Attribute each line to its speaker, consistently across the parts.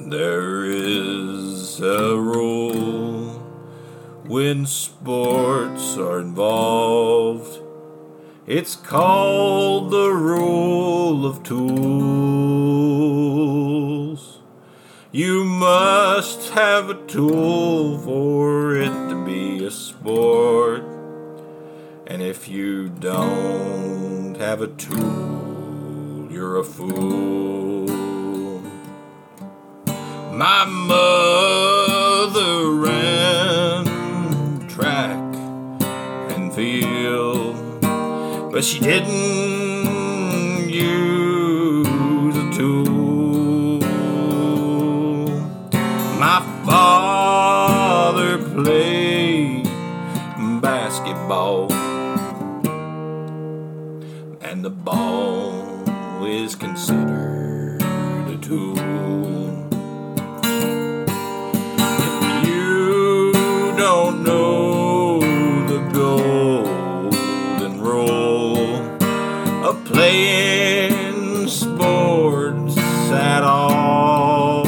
Speaker 1: There is a rule when sports are involved. It's called the rule of tools. You must have a tool for it to be a sport. And if you don't have a tool, you're a fool. My mother ran track and field, but she didn't use a tool. My father played basketball, and the ball is considered a tool. If you don't know the golden rule of playing sports at all,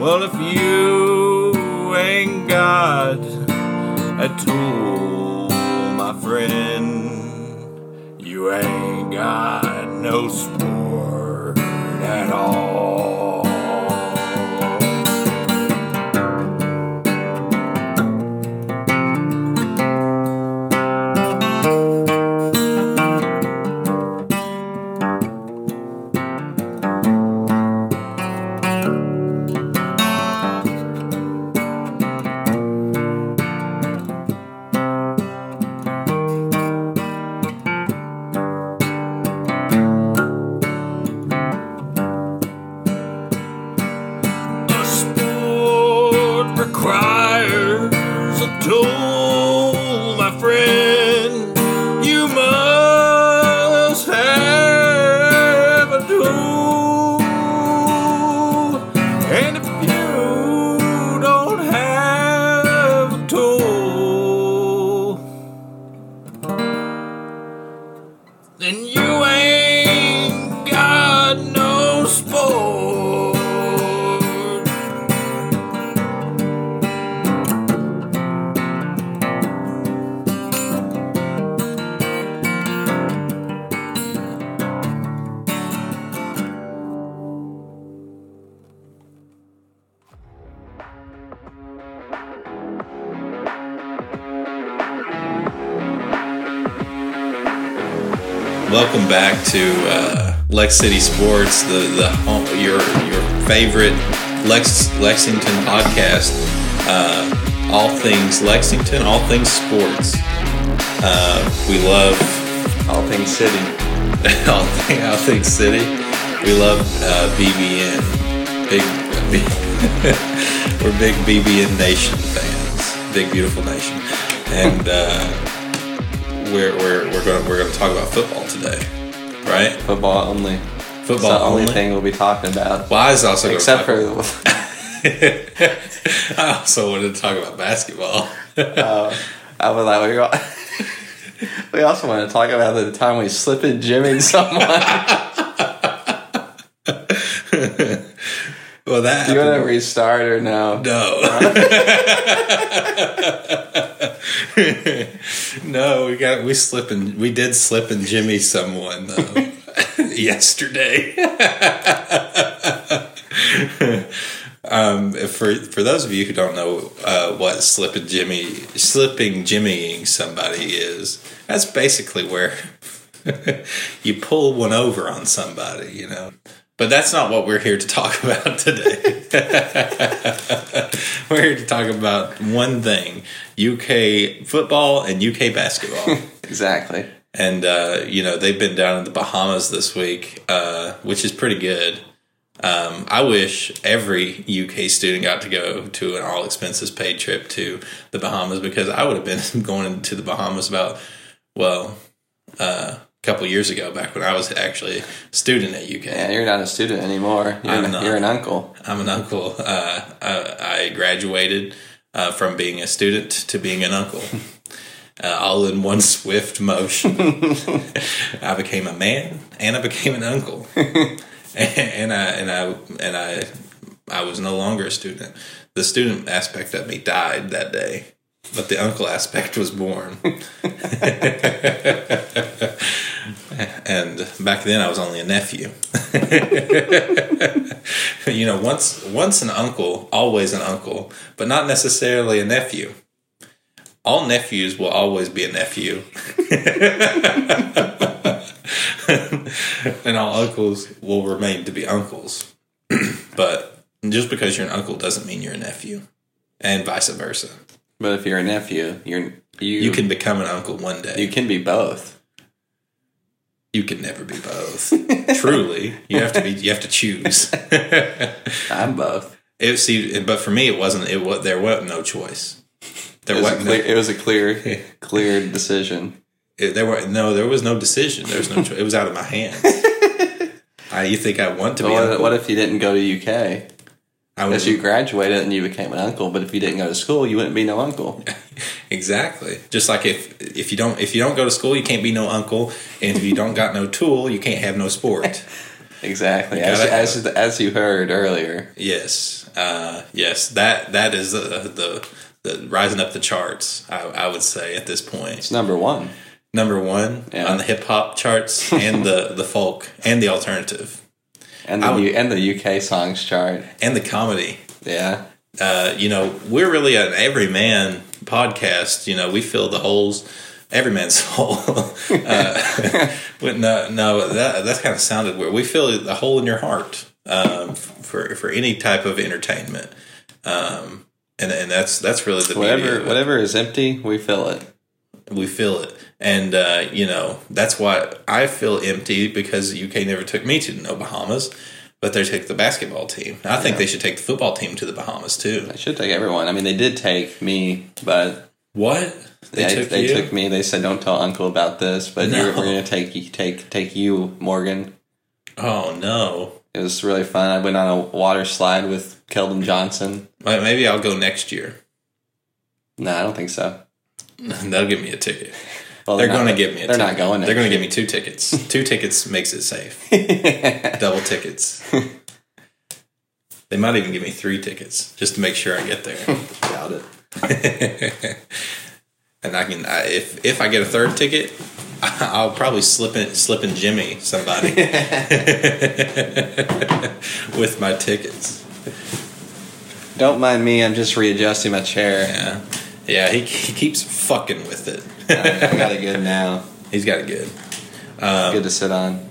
Speaker 1: well, if you ain't got a tool, my friend, you ain't got no sport at all. The sport requires a tool, my friend. You must have a tool. And if you don't have a tool, then you ain't got no sport.
Speaker 2: Welcome back to uh, Lex City Sports, the the home, your your favorite Lex Lexington podcast. Uh, all things Lexington, all things sports. Uh, we love
Speaker 3: All things city.
Speaker 2: all, thing, all things city. We love uh, BBN. Big, we're big BBN Nation fans. Big beautiful nation, and uh, we're we're we're going we're going to talk about football today, right?
Speaker 3: Football only. It's
Speaker 2: Football
Speaker 3: the only,
Speaker 2: only?
Speaker 3: thing we'll be talking about.
Speaker 2: Well, I was also gonna
Speaker 3: Except
Speaker 2: talk-
Speaker 3: for
Speaker 2: I also wanted to talk about basketball.
Speaker 3: I was like we, all, we also want to talk about the time we slip and jimmied someone.
Speaker 2: well, that
Speaker 3: Do you want to
Speaker 2: happened.
Speaker 3: restart or no?
Speaker 2: no. no, we got we slip and we did slip and Jimmy someone though yesterday. um, for for those of you who don't know uh, what slip and Jimmy slipping Jimmying somebody is, that's basically where you pull one over on somebody, you know. But that's not what we're here to talk about today. we're here to talk about one thing UK football and UK basketball.
Speaker 3: Exactly.
Speaker 2: and, uh, you know, they've been down in the Bahamas this week, uh, which is pretty good. Um, I wish every UK student got to go to an all expenses paid trip to the Bahamas because I would have been going to the Bahamas about, well, uh, a couple years ago, back when I was actually a student at UK.
Speaker 3: And you're not a student anymore. You're,
Speaker 2: I'm
Speaker 3: an,
Speaker 2: not.
Speaker 3: you're an uncle.
Speaker 2: I'm an uncle. Uh, I, I graduated uh, from being a student to being an uncle, uh, all in one swift motion. I became a man and I became an uncle. and I and I and I I was no longer a student. The student aspect of me died that day, but the uncle aspect was born. and back then I was only a nephew. you know, once once an uncle, always an uncle, but not necessarily a nephew. All nephews will always be a nephew. and all uncles will remain to be uncles. but just because you're an uncle doesn't mean you're a nephew, and vice versa.
Speaker 3: But if you're a nephew, you're you
Speaker 2: You can become an uncle one day.
Speaker 3: you can be both.
Speaker 2: you can never be both. Truly, you have to be. You have to choose.
Speaker 3: I'm both.
Speaker 2: It see, but for me, it wasn't. It was there was no choice. There
Speaker 3: It was, a
Speaker 2: was
Speaker 3: clear,
Speaker 2: no,
Speaker 3: it was a clear, clear decision.
Speaker 2: it- there were no there was no decision. There was no. choice. It was out of my hands. I, you think I want to
Speaker 3: But
Speaker 2: be?
Speaker 3: what,
Speaker 2: uncle?
Speaker 3: what if you didn't go to UK?
Speaker 2: I would,
Speaker 3: Because you graduated and you became an uncle, but if you didn't go to school, you wouldn't be no uncle.
Speaker 2: exactly. Just like if if you don't if you don't go to school, you can't be no uncle, and if you don't got no tool, you can't have no sport.
Speaker 3: Exactly. As,
Speaker 2: gotta-
Speaker 3: as, as you heard earlier,
Speaker 2: Yes, uh, yes. That that is the the, the rising up the charts. I, I would say at this point.
Speaker 3: it's number one.
Speaker 2: number one
Speaker 3: Yeah.
Speaker 2: on the hip hop charts and the, the folk and the alternative
Speaker 3: And the,
Speaker 2: would-
Speaker 3: U, and the UK songs chart.
Speaker 2: and the comedy.
Speaker 3: Yeah.
Speaker 2: Uh, you know, we're really an everyman podcast. You know, we fill the holes, every man's hole. uh, but no, no, that that kind of sounded weird. We fill the hole in your heart um, for for any type of entertainment, um, and and that's that's really the beauty
Speaker 3: Whatever
Speaker 2: of it.
Speaker 3: whatever is empty, we fill it.
Speaker 2: we feel it and uh, you know that's why i feel empty because the uk never took me to no bahamas but they took the basketball team i think they should take the football team to the bahamas too
Speaker 3: I should take everyone. I mean, they did take me, but
Speaker 2: what they
Speaker 3: they,
Speaker 2: took
Speaker 3: they
Speaker 2: you
Speaker 3: took me. They said, "Don't tell Uncle about this," but
Speaker 2: No.
Speaker 3: we're, we're gonna take you, take take you, Morgan.
Speaker 2: oh no
Speaker 3: It was really fun. I went on a water slide with Keldon Johnson.
Speaker 2: Well, maybe i'll go next year
Speaker 3: No, I don't think so.
Speaker 2: they'll give me a ticket
Speaker 3: Well,
Speaker 2: they're,
Speaker 3: not-
Speaker 2: going to give me a
Speaker 3: They're not
Speaker 2: ticket.
Speaker 3: going.
Speaker 2: they're going to give me two tickets two tickets makes it safe
Speaker 3: to.
Speaker 2: double tickets they might even give me three tickets just to make sure i get there
Speaker 3: Doubt it.
Speaker 2: and I can I, if if I get a third ticket, I'll probably slip in slip in Jimmy somebody with my tickets.
Speaker 3: Don't mind me. I'm just readjusting my chair.
Speaker 2: Yeah, yeah. He, he keeps fucking with it.
Speaker 3: I got it good now.
Speaker 2: He's got it good.
Speaker 3: good to sit on.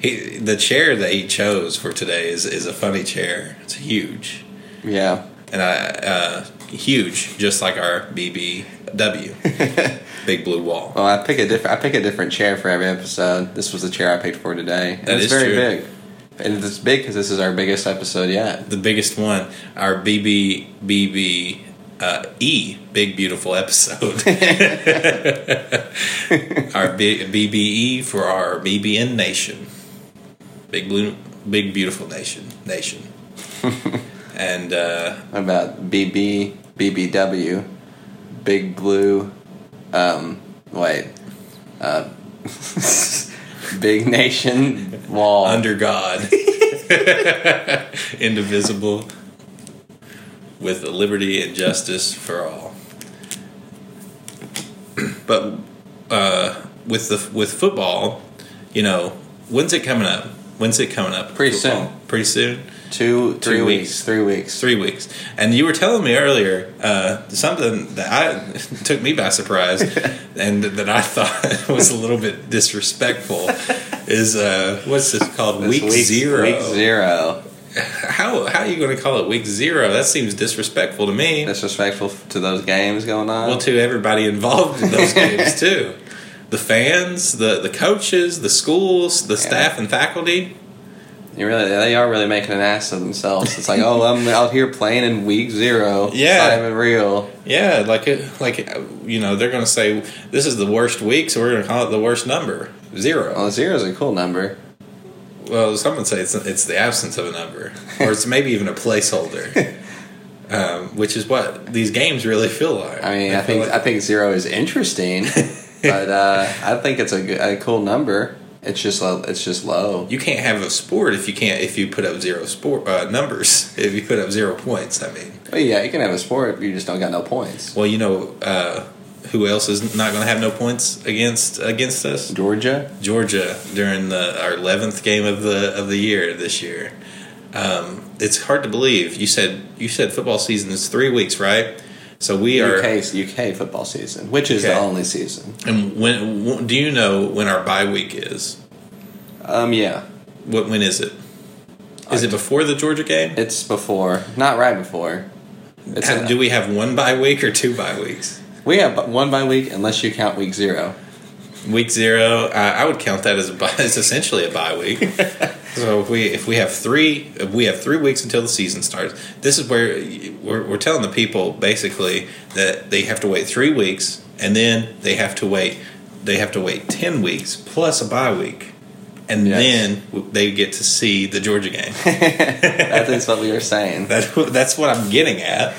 Speaker 2: He the chair that he chose for today is is a funny chair. It's huge
Speaker 3: Yeah.
Speaker 2: and I uh, huge, just like our BBW, big blue wall.
Speaker 3: Well, I pick a different. I pick a different chair for every episode. This was the chair I picked for today. And
Speaker 2: That
Speaker 3: it's
Speaker 2: is
Speaker 3: very
Speaker 2: true.
Speaker 3: big, and it's big because this is our biggest episode yet.
Speaker 2: the biggest one, our BB BB uh, E big beautiful episode. our B, BBE for our BBN nation, big blue, big beautiful nation, nation, and uh,
Speaker 3: What about BB BBW, Big Blue, um, wait, uh, Big Nation Wall.
Speaker 2: under God, indivisible, with liberty and justice for all. But uh, with the with football, you know, when's it coming up? When's it coming up?
Speaker 3: Pretty soon.
Speaker 2: Pretty soon.
Speaker 3: two, three
Speaker 2: Two
Speaker 3: weeks,
Speaker 2: weeks.
Speaker 3: three weeks.
Speaker 2: Three weeks. And you were telling me earlier uh, something that I took me by surprise, and that I thought was a little bit disrespectful. Is uh, what's this called?
Speaker 3: This
Speaker 2: Week
Speaker 3: week's-
Speaker 2: zero.
Speaker 3: Week zero.
Speaker 2: How how are you going to call it week zero? That seems disrespectful to me.
Speaker 3: Disrespectful f- to those games going on.
Speaker 2: well, to everybody involved in those games too, the fans, the the coaches, the schools, the staff and faculty.
Speaker 3: you really, they are really making an ass of themselves. It's like, oh, I'm out here playing in week zero.
Speaker 2: Yeah.
Speaker 3: it's not even real.
Speaker 2: Yeah, like it- like you know they're going to say this is the worst week, so we're going to call it the worst number zero.
Speaker 3: Well, zero is a cool number.
Speaker 2: Well, some would say it's it's the absence of a number, or it's maybe even a placeholder. Um, which is what these games really feel like.
Speaker 3: I mean,
Speaker 2: They
Speaker 3: I
Speaker 2: feel
Speaker 3: think
Speaker 2: like-
Speaker 3: I think zero is interesting, but uh, I think it's a, g- a cool number. It's just low. It's just low.
Speaker 2: You can't have a sport if you can't if you put up zero sport uh, numbers. If you put up zero points, I mean.
Speaker 3: Well, yeah, you can have a sport if you just don't got no points.
Speaker 2: Well, you know uh, who else is not going to have no points against against us?
Speaker 3: Georgia.
Speaker 2: Georgia during the our eleventh game of the of the year this year. Um, it's hard to believe. You said you said football season is three weeks, right? So we are.
Speaker 3: UK, UK football season, which is the
Speaker 2: Okay.
Speaker 3: only season.
Speaker 2: And when w- do you know when our bye week is?
Speaker 3: Um, yeah,
Speaker 2: What when is it? Is it before the Georgia game?
Speaker 3: it's before, not right before. It's
Speaker 2: Ha-
Speaker 3: a-
Speaker 2: do we have one bye week or two bye weeks?
Speaker 3: we have bu- one by week, unless you count week zero.
Speaker 2: Week zero, uh, I I would count that as a bye. It's essentially a bye week. so if we if we have three, if we have three weeks until the season starts. This is where y- we're, we're telling the people basically that they have to wait three weeks, and then they have to wait. They have to wait ten weeks plus a bye week, and
Speaker 3: Yes.
Speaker 2: then w- they get to see the Georgia game.
Speaker 3: That is what we are saying.
Speaker 2: That's what, that's what I'm getting at.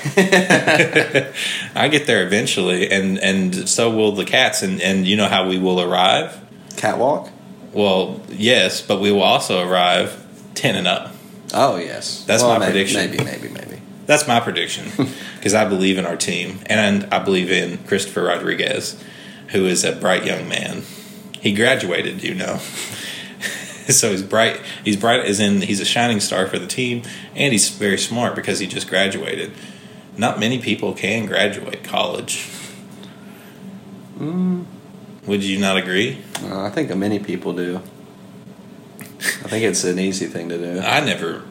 Speaker 2: I get there eventually, and and so will the cats, and and you know how we will arrive.
Speaker 3: Catwalk.
Speaker 2: Well, yes, but we will also arrive ten and up.
Speaker 3: Oh yes,
Speaker 2: That's my
Speaker 3: maybe,
Speaker 2: prediction.
Speaker 3: Maybe, maybe, maybe.
Speaker 2: That's my prediction because I believe in our team, and I believe in Christopher Rodriguez, who is a bright young man. He graduated, you know. So he's bright. He's bright as in he's a shining star for the team, and he's very smart because he just graduated. Not many people can graduate college. Would you not agree?
Speaker 3: Uh, I think many people do. I think it's an easy thing to do.
Speaker 2: I never.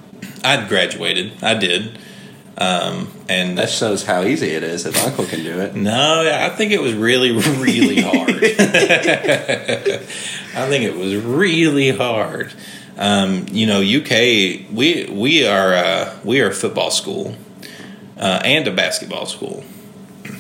Speaker 2: I graduated. I did, um, and
Speaker 3: That shows how easy it is if Uncle can do it.
Speaker 2: No, I think it was really, really hard. I think it was really hard. Um, you know, UK, we we are uh, we are a football school uh, and a basketball school.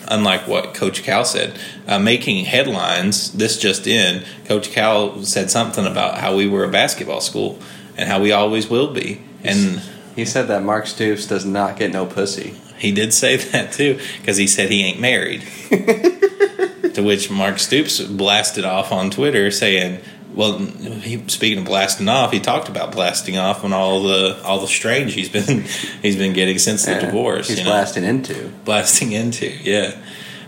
Speaker 2: Unlike what Coach Cal said, uh, making headlines. This just in, Coach Cal said something about how we were a basketball school and how we always will be. And
Speaker 3: He said that Mark Stoops does not get no pussy.
Speaker 2: he did say that too, because he said he ain't married. to which Mark Stoops blasted off on Twitter saying, "Well, he, speaking of blasting off, he talked about blasting off on all the all the strange he's been he's been getting since the
Speaker 3: Yeah,
Speaker 2: divorce.
Speaker 3: He's
Speaker 2: you know?
Speaker 3: blasting into.
Speaker 2: blasting into. Yeah.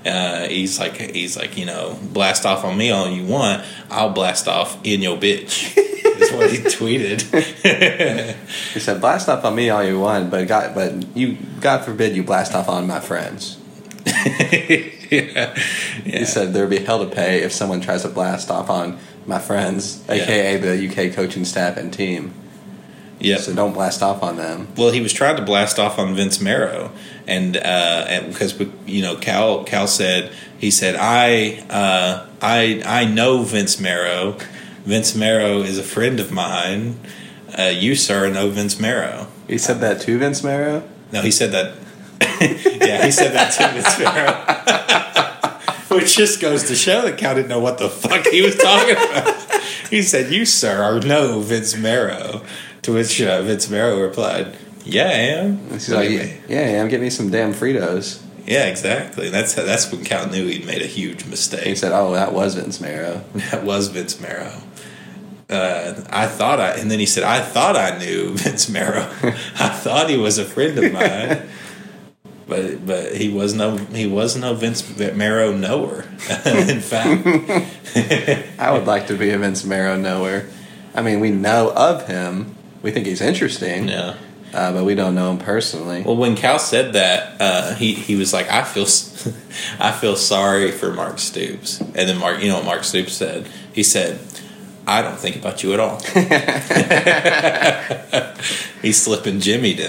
Speaker 2: Uh, he's like he's like you know blast off on me all you want I'll blast off in your bitch is what he tweeted
Speaker 3: He said, "Blast off on me all you want, but God, but you, God forbid, you blast off on my friends."
Speaker 2: yeah.
Speaker 3: He said, "There'll be hell to pay if someone tries to blast off on my friends, aka the UK coaching staff and team.
Speaker 2: Yep.
Speaker 3: So don't blast off on them."
Speaker 2: Well, he was trying to blast off on Vince Marrow, and uh, and because we, you know Cal Cal said he said I uh, I I know Vince Marrow. Vince Marrow is a friend of mine. Uh, you sir know Vince Marrow.
Speaker 3: He said that to Vince Marrow.
Speaker 2: No, he said that. yeah, he said that to Vince Marrow. Which just goes to show that Cal didn't know what the fuck he was talking about. he said, "You sir are no Vince Marrow," to which uh, Vince Marrow replied, "Yeah, I am."
Speaker 3: He's
Speaker 2: What
Speaker 3: like,
Speaker 2: do you
Speaker 3: "Yeah,
Speaker 2: mean?"
Speaker 3: yeah, I'm getting me some damn Fritos."
Speaker 2: Yeah, exactly. That's that's when Cal knew he'd made a huge
Speaker 3: He
Speaker 2: mistake.
Speaker 3: said, "Oh, that was Vince Marrow."
Speaker 2: That was Vince Marrow. Uh, I thought I, and then he said, "I thought I knew Vince Marrow. I thought he was a friend of mine, but but he was no he was no Vince Marrow knower. In fact,
Speaker 3: I would like to be a Vince Marrow knower. I mean, we know of him. We think he's interesting,
Speaker 2: yeah.
Speaker 3: uh, but we don't know him personally.
Speaker 2: Well, when Cal said that, uh, he he was like, "I feel, s- I feel sorry for Mark Stoops." And then Mark, you know what Mark Stoops said? He said, "I don't think about you at all." He's slipping Jimmy in.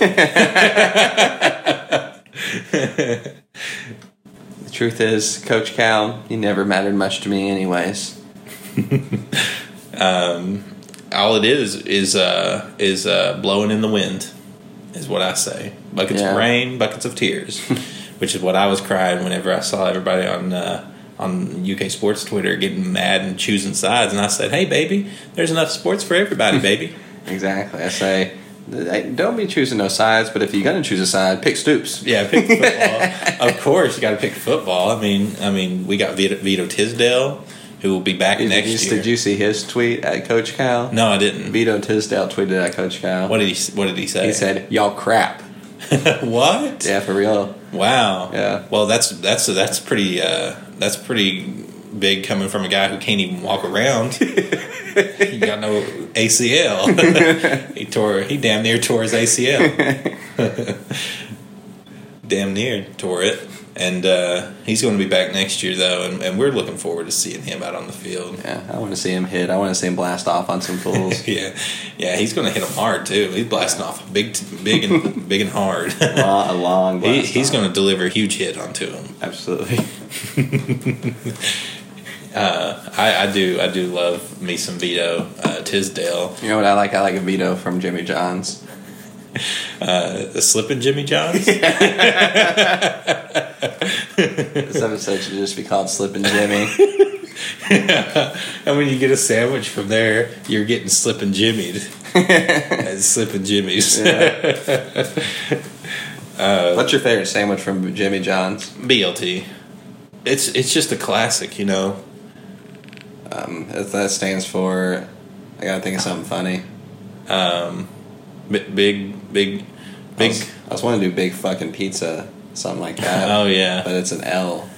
Speaker 3: The truth is, Coach Cal, he never mattered much to me, anyways.
Speaker 2: All it is is uh, is uh, blowing in the wind, is what I say. Buckets of
Speaker 3: Yeah.
Speaker 2: rain, buckets of tears, which is what I was crying whenever I saw everybody on. Uh, on UK sports Twitter, getting mad and choosing sides, and I said, "Hey, baby, there's enough sports for everybody, baby."
Speaker 3: Exactly. I say, "Hey, don't be choosing no sides, but if you're going to choose a side, pick Stoops.
Speaker 2: Yeah, pick football. of course, you got to pick football. I mean, I mean, we got Vito, Vito Tisdale, who will be back
Speaker 3: Did
Speaker 2: next
Speaker 3: you,
Speaker 2: year.
Speaker 3: did you see his tweet at Coach Cal?
Speaker 2: no, I didn't.
Speaker 3: Vito Tisdale tweeted at Coach Cal.
Speaker 2: What did he? What did he say?
Speaker 3: He said, "Y'all crap."
Speaker 2: what?
Speaker 3: Yeah, for real.
Speaker 2: Wow.
Speaker 3: Yeah.
Speaker 2: Well, that's that's that's pretty uh, that's pretty big coming from a guy who can't even walk around. he got no ACL. he tore. He damn near tore his ACL. damn near tore it. And uh, he's going to be back next year, though, and, and we're looking forward to seeing him out on the field.
Speaker 3: Yeah, I want to see him hit. I want to see him blast off on some fools.
Speaker 2: Yeah, yeah, he's going to hit him hard too. He's blasting off big, big and big and hard.
Speaker 3: Lo- a long blast
Speaker 2: he, he's
Speaker 3: off.
Speaker 2: going to deliver a huge hit onto him.
Speaker 3: Absolutely.
Speaker 2: Uh, I, I do I do love me some Vito uh, Tisdale,
Speaker 3: You know what I like? I like a Vito from Jimmy John's.
Speaker 2: uh, the slipping Jimmy Johns.
Speaker 3: This episode should just be called Slippin' Jimmy.
Speaker 2: and when you get a sandwich from there, you're getting slipping Jimmied. That's slipping Jimmy's.
Speaker 3: What's your favorite sandwich from Jimmy John's?
Speaker 2: BLT. It's it's just a classic, you know.
Speaker 3: Um, that that stands for. I gotta think of something funny.
Speaker 2: B- big big
Speaker 3: I
Speaker 2: big.
Speaker 3: was, I was wanting to do big fucking pizza, something like that.
Speaker 2: Oh yeah,
Speaker 3: But it's an L.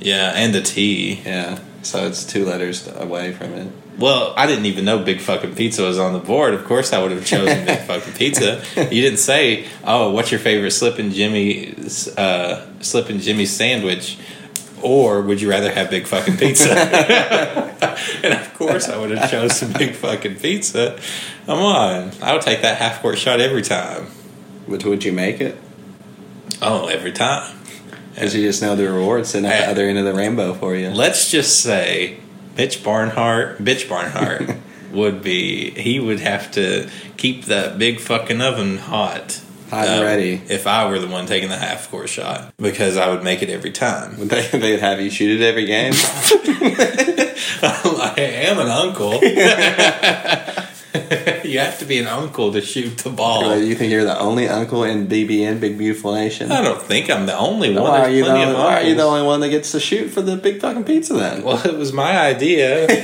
Speaker 2: yeah, and the T.
Speaker 3: Yeah. So it's two letters away from it.
Speaker 2: Well, I didn't even know Big Fucking Pizza was on the board. Of course, I would have chosen Big Fucking Pizza. You didn't say, "Oh, what's your favorite Slip and Jimmy uh, Slip and Jimmy sandwich?" Or would you rather have Big Fucking Pizza? and of course, I would have chosen Big Fucking Pizza. Come on, I would take that half court shot every time.
Speaker 3: Would, would you make it?
Speaker 2: Oh, every time.
Speaker 3: Because you just know the reward's sitting at the
Speaker 2: Hey.
Speaker 3: other end of the rainbow for you.
Speaker 2: Let's just say Mitch Barnhart, Bitch Barnhart would be, he would have to keep that big fucking oven hot. Um,
Speaker 3: Hot and ready.
Speaker 2: If I were the one taking the half court shot, because I would make it every time.
Speaker 3: Would they, they'd have you shoot it every game?
Speaker 2: I am an uncle. you have to be an uncle to shoot the
Speaker 3: Or
Speaker 2: ball.
Speaker 3: you think you're the only uncle in BBN, Big Beautiful Nation?
Speaker 2: I don't think I'm the only one.
Speaker 3: Why are,
Speaker 2: There's
Speaker 3: you the
Speaker 2: plenty
Speaker 3: only,
Speaker 2: of
Speaker 3: why are you the
Speaker 2: uncles.
Speaker 3: only one that gets to shoot for the big fucking pizza then?
Speaker 2: Well, it was my idea.
Speaker 3: You're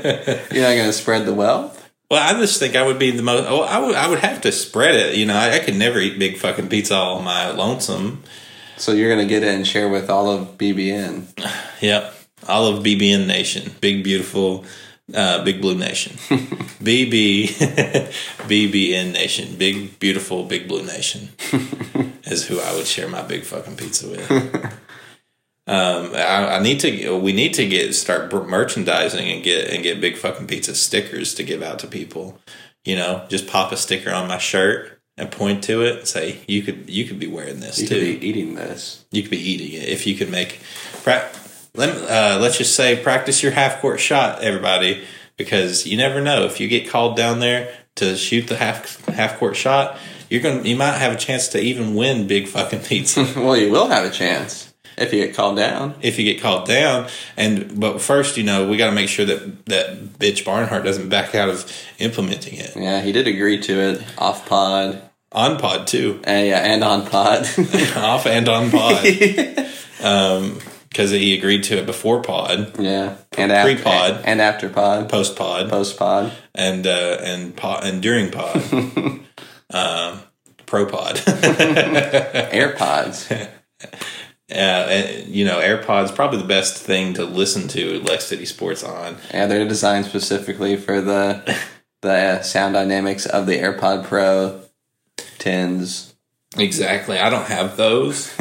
Speaker 3: not going to spread the wealth?
Speaker 2: Well, I just think I would be the most. Oh, I would. I would have to spread it. You know, I, I could never eat big fucking pizza all on my lonesome.
Speaker 3: So you're going to get it and share with all of BBN.
Speaker 2: Yep. All of BBN Nation, big beautiful, uh, big blue nation, BB, BBN Nation, big beautiful, big blue nation, is who I would share my big fucking pizza with. Um, I, I need to. We need to get start merchandising and get and get big fucking pizza stickers to give out to people. You know, just pop a sticker on my shirt and point to it and say, "You could you could be wearing this
Speaker 3: You
Speaker 2: too."
Speaker 3: could be eating this.
Speaker 2: you could be eating it if you could make. Pra- let uh, let's just say practice your half court shot, everybody, because you never know if you get called down there to shoot the half half court shot, you're gonna you might have a chance to even win big fucking pizza
Speaker 3: Well, you will have a chance if you get called down.
Speaker 2: if you get called down. And but first, you know, we got to make sure that that bitch Barnhart doesn't back out of implementing it
Speaker 3: Yeah, he did agree to it off pod.
Speaker 2: on pod too,
Speaker 3: And yeah, and on pod.
Speaker 2: off and on pod, because he agreed to it before pod,
Speaker 3: yeah. And after
Speaker 2: Pre-pod.
Speaker 3: And after pod.
Speaker 2: post pod.
Speaker 3: Post pod.
Speaker 2: and uh, and pod, and during pod, um, pro pod, uh,
Speaker 3: AirPods.
Speaker 2: and, you know, AirPods probably the best thing to listen to Lex City Sports on.
Speaker 3: yeah, they're designed specifically for the the uh, sound dynamics of the AirPod Pro 10s.
Speaker 2: Exactly, I don't have those.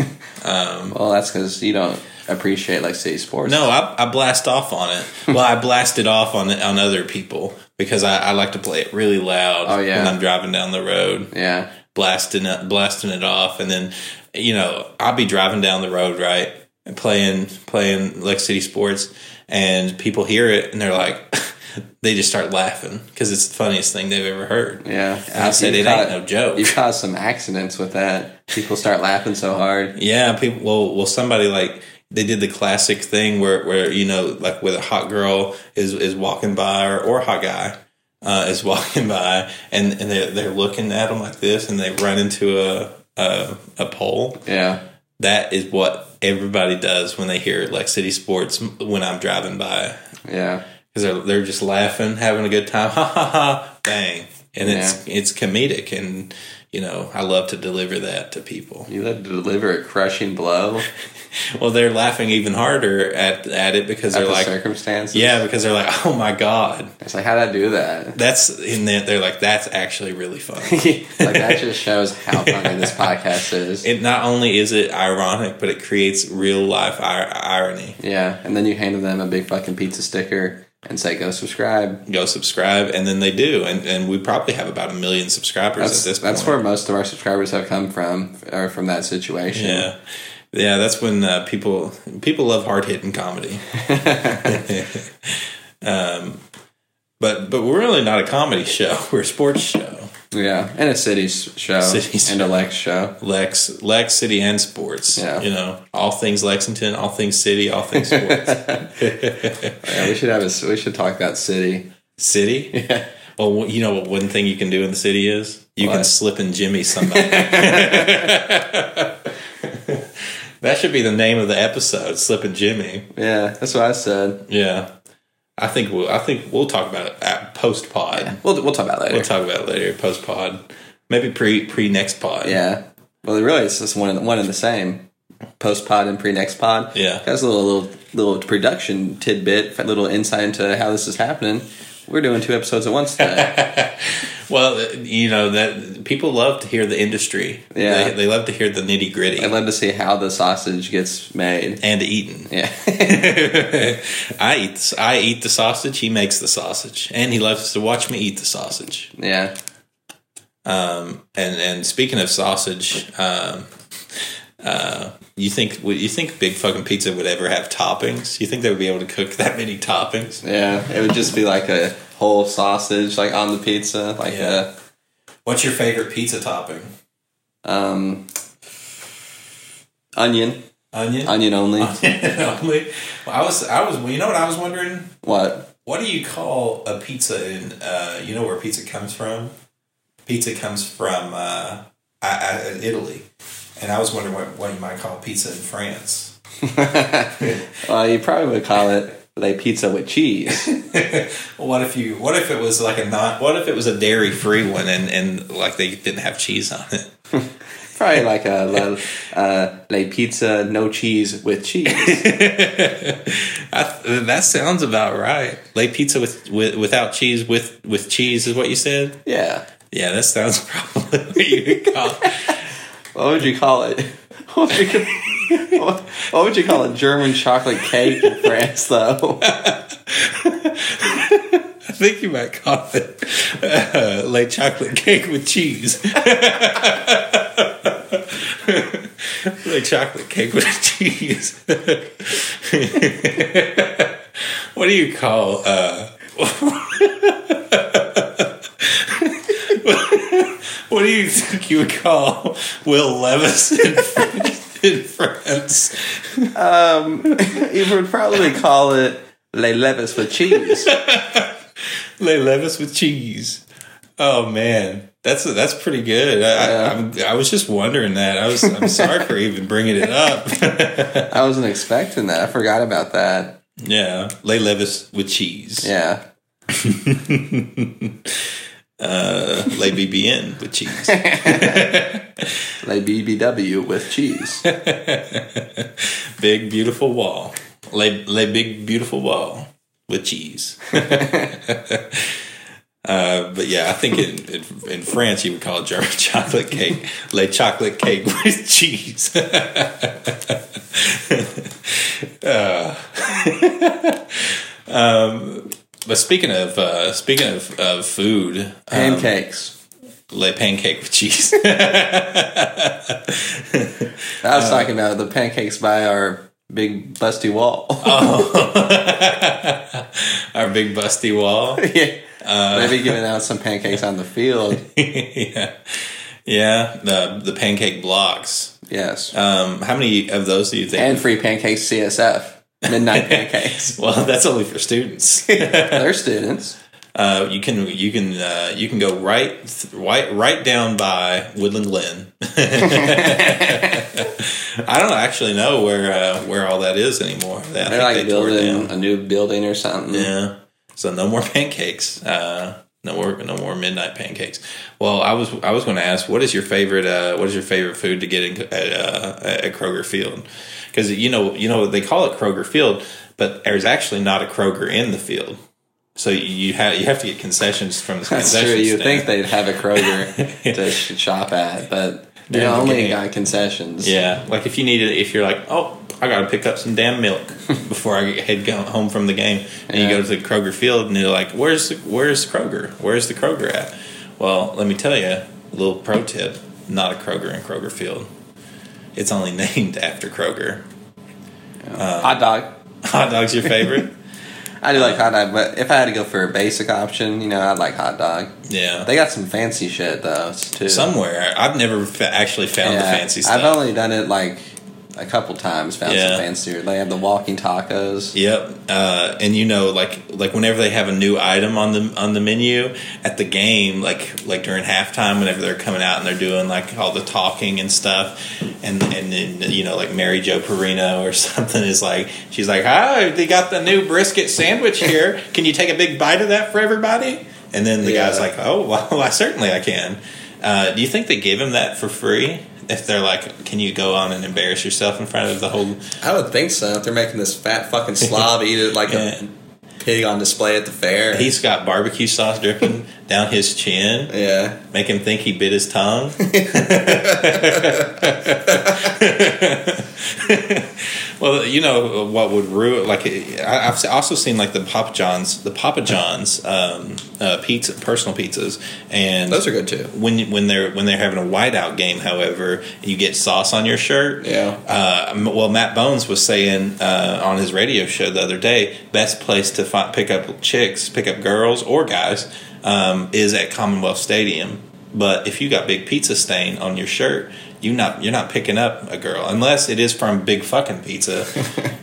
Speaker 3: Well, that's because you don't appreciate like city sports.
Speaker 2: No, I, I blast off on it. Well, I blasted off on on other people because I, I like to play it really loud
Speaker 3: Oh, yeah.
Speaker 2: when I'm driving down the road.
Speaker 3: Yeah.
Speaker 2: blasting it, blasting it off, and then you know I'll be driving down the road right and playing playing Lex City Sports, and people hear it and they're like, they just start laughing because it's the funniest thing they've ever heard.
Speaker 3: Yeah.
Speaker 2: And I said
Speaker 3: You
Speaker 2: it ain't
Speaker 3: caught-
Speaker 2: no joke.
Speaker 3: You caused some accidents with that. People start laughing so hard.
Speaker 2: Yeah, people. Well, well, somebody like they did the classic thing where where you know like with a hot girl is is walking by or or a hot guy. Uh, is walking by and, and they're, they're looking at them like this and they run into a, a, a pole
Speaker 3: Yeah.
Speaker 2: that is what everybody does when they hear like city sports m- when I'm driving by
Speaker 3: Yeah.
Speaker 2: because they're they're just laughing, having a good time, ha ha ha, bang, and it's it's comedic, and you know I love to deliver that to people.
Speaker 3: You had to deliver a crushing blow
Speaker 2: Well, they're laughing even harder at at it because
Speaker 3: at
Speaker 2: they're
Speaker 3: the
Speaker 2: like,
Speaker 3: circumstances.
Speaker 2: yeah, because they're like, oh my god,
Speaker 3: It's like, how'd I do that?
Speaker 2: that's and they're, they're like, that's actually really funny.
Speaker 3: like, that just shows how funny this podcast is.
Speaker 2: It not only is it ironic, but it creates real life ir- irony.
Speaker 3: yeah. And then you hand them a big fucking pizza sticker and say, go subscribe.
Speaker 2: Go subscribe, and then they do, and, and we probably have about a million subscribers
Speaker 3: That's,
Speaker 2: at this
Speaker 3: that's
Speaker 2: point.
Speaker 3: where most of our subscribers have come from, or from that situation.
Speaker 2: yeah, yeah, that's when uh, people people love hard hitting comedy. um, but but we're really not a comedy show; we're a sports show.
Speaker 3: Yeah, and a city's show,
Speaker 2: City's
Speaker 3: and a Lex show.
Speaker 2: Lex, Lex City, and sports.
Speaker 3: Yeah.
Speaker 2: You know, all things Lexington, all things city, all things sports.
Speaker 3: Yeah, we should have a. We should talk about city.
Speaker 2: city. Well, you know what one thing you can do in the city is? You can
Speaker 3: What?
Speaker 2: slip and Jimmy somebody. that should be the name of the episode, Slip and Jimmy.
Speaker 3: Yeah, that's what I said.
Speaker 2: Yeah. I think we'll I think we'll talk about it at post pod.
Speaker 3: We'll we'll talk about it later.
Speaker 2: We'll talk about it later, post pod. Maybe pre pre next pod.
Speaker 3: yeah. Well, really, it's just one and one and the same. Post pod and pre next pod.
Speaker 2: Yeah.
Speaker 3: that's a little little little production tidbit, a little insight into how this is happening. We're doing two episodes at once today.
Speaker 2: Well, uh, you know that people love to hear the industry.
Speaker 3: Yeah.
Speaker 2: They, they love to hear the nitty gritty
Speaker 3: I'd love to see how the sausage gets made.
Speaker 2: and eaten.
Speaker 3: Yeah,
Speaker 2: I eat I eat the sausage. He makes the sausage, and he loves to watch me eat the sausage.
Speaker 3: yeah.
Speaker 2: Um, and and speaking of sausage, um, uh, you think would you think big fucking pizza would ever have toppings? You think they would be able to cook that many toppings?
Speaker 3: Yeah, it would just be like a whole sausage, like on the pizza, like
Speaker 2: Yeah. What's your favorite pizza topping?
Speaker 3: a um, onion,
Speaker 2: Onion.
Speaker 3: onion only.
Speaker 2: Uh. Only. Well, I was I was you know what I was wondering.
Speaker 3: What?
Speaker 2: What do you call a pizza in? Uh, you know where pizza comes from? Pizza comes from uh, I, I, in Italy, and I was wondering what, what you might call pizza in France.
Speaker 3: Well, you probably would call it a pizza with cheese.
Speaker 2: What if you? What if it was like a not? What if it was a dairy free one and and like they didn't have cheese on it?
Speaker 3: Probably like a la, uh, la pizza no cheese with cheese.
Speaker 2: I, th- that sounds about right. Like pizza with, with without cheese with with cheese is what you said.
Speaker 3: Yeah.
Speaker 2: Yeah, that sounds probably what you would call.
Speaker 3: What would you call it? What would you call, what, what would you call a German chocolate cake in France, though?
Speaker 2: I think you might call it uh, like chocolate cake with cheese. like chocolate cake with cheese. what do you call? Uh, what do you think you would call Will Levis in, in France?
Speaker 3: You would probably call it Le Levis with cheese.
Speaker 2: Lay Levis with cheese. Oh man, that's that's pretty good. I, I, I'm, I was just wondering that. I was I'm sorry for even bringing it up.
Speaker 3: I wasn't expecting that. I forgot about that.
Speaker 2: yeah, Lay Levis with cheese.
Speaker 3: Yeah.
Speaker 2: Uh, Lay BBN with cheese.
Speaker 3: La BBW with cheese.
Speaker 2: Um, big beautiful wall. Lay Lay big beautiful wall with cheese. Uh, but yeah, I think in, in in France you would call it German chocolate cake, lay chocolate cake with cheese. Uh, um, But speaking of uh, speaking of, of food, uh,
Speaker 3: Pancakes.
Speaker 2: lay pancake with cheese.
Speaker 3: I
Speaker 2: uh,
Speaker 3: was talking about the pancakes by our big busty wall.
Speaker 2: Oh, Our big busty wall.
Speaker 3: yeah.
Speaker 2: uh,
Speaker 3: Maybe giving out some pancakes on the field.
Speaker 2: yeah, yeah. The the pancake blocks.
Speaker 3: Yes.
Speaker 2: Um, how many of those do you think?
Speaker 3: and free pancakes CSF. Midnight pancakes.
Speaker 2: well, that's only for students.
Speaker 3: They're students.
Speaker 2: Uh, you can you can uh, you can go right th- right right down by Woodland Glen. I don't actually know where uh, where all that is anymore. I think
Speaker 3: They're like
Speaker 2: they tore it
Speaker 3: building a new building or something.
Speaker 2: yeah. So no more pancakes. Uh, no more no more midnight pancakes. Well, I was I was going to ask what is your favorite uh, what is your favorite food to get in, at, uh, at Kroger Field? Because you know you know they call it Kroger Field, but there's actually not a Kroger in the field. So you have you have to get concessions from the
Speaker 3: That's
Speaker 2: concession
Speaker 3: true. You would
Speaker 2: stand.
Speaker 3: think they'd have a Kroger to sh- shop at, but they
Speaker 2: Yeah,
Speaker 3: only
Speaker 2: okay.
Speaker 3: got concessions.
Speaker 2: Yeah, like if you need it, if you're like, oh, I gotta pick up some damn milk before I head go- home from the game, and you
Speaker 3: Yeah.
Speaker 2: go to the Kroger Field, and you're like, where's the, where's Kroger? Where's the Kroger at? Well, let me tell you, a little pro tip: not a Kroger in Kroger Field. It's only named after Kroger.
Speaker 3: hot dog.
Speaker 2: Hot dog's your favorite?
Speaker 3: I do like hot dog, but if I had to go for a basic option, you know, I'd like hot dog.
Speaker 2: yeah.
Speaker 3: They got some fancy shit though too.
Speaker 2: Somewhere I've never fa- actually found the fancy stuff.
Speaker 3: I've only done it like a couple times. Found
Speaker 2: Yeah.
Speaker 3: some fancier. They have the walking tacos.
Speaker 2: Yep, uh, and you know, like like whenever they have a new item on the on the menu at the game, like like during halftime, whenever they're coming out and they're doing like all the talking and stuff, and and then you know like Mary Jo Perino or something is like she's like, "Hi, they got the new brisket sandwich here. Can you take a big bite of that for everybody?" And then the guy's
Speaker 3: Yeah.
Speaker 2: like, "Oh, well, I certainly I can." Uh, do you think they give him that for free? If they're like, "Can you go on and embarrass yourself in front of the whole?"
Speaker 3: I would think so. If they're making this fat fucking slob eat it like
Speaker 2: Yeah.
Speaker 3: a pig on display at the fair.
Speaker 2: He's got barbecue sauce dripping down his chin,
Speaker 3: yeah.
Speaker 2: make him think he bit his tongue. well, you know what would ruin? Like, I- I've also seen like the Papa John's, the Papa John's um, uh, pizza, personal pizzas, and
Speaker 3: Those are good too.
Speaker 2: When when they're when they're having a whiteout game, however, you get sauce on your shirt.
Speaker 3: Yeah.
Speaker 2: Uh, m- well, Matt Bones was saying uh, on his radio show the other day, best place to fi- pick up chicks, pick up girls or guys, um, is at Commonwealth Stadium. But if you got big pizza stain on your shirt, you not you're not picking up a girl unless it is from Big Fucking Pizza.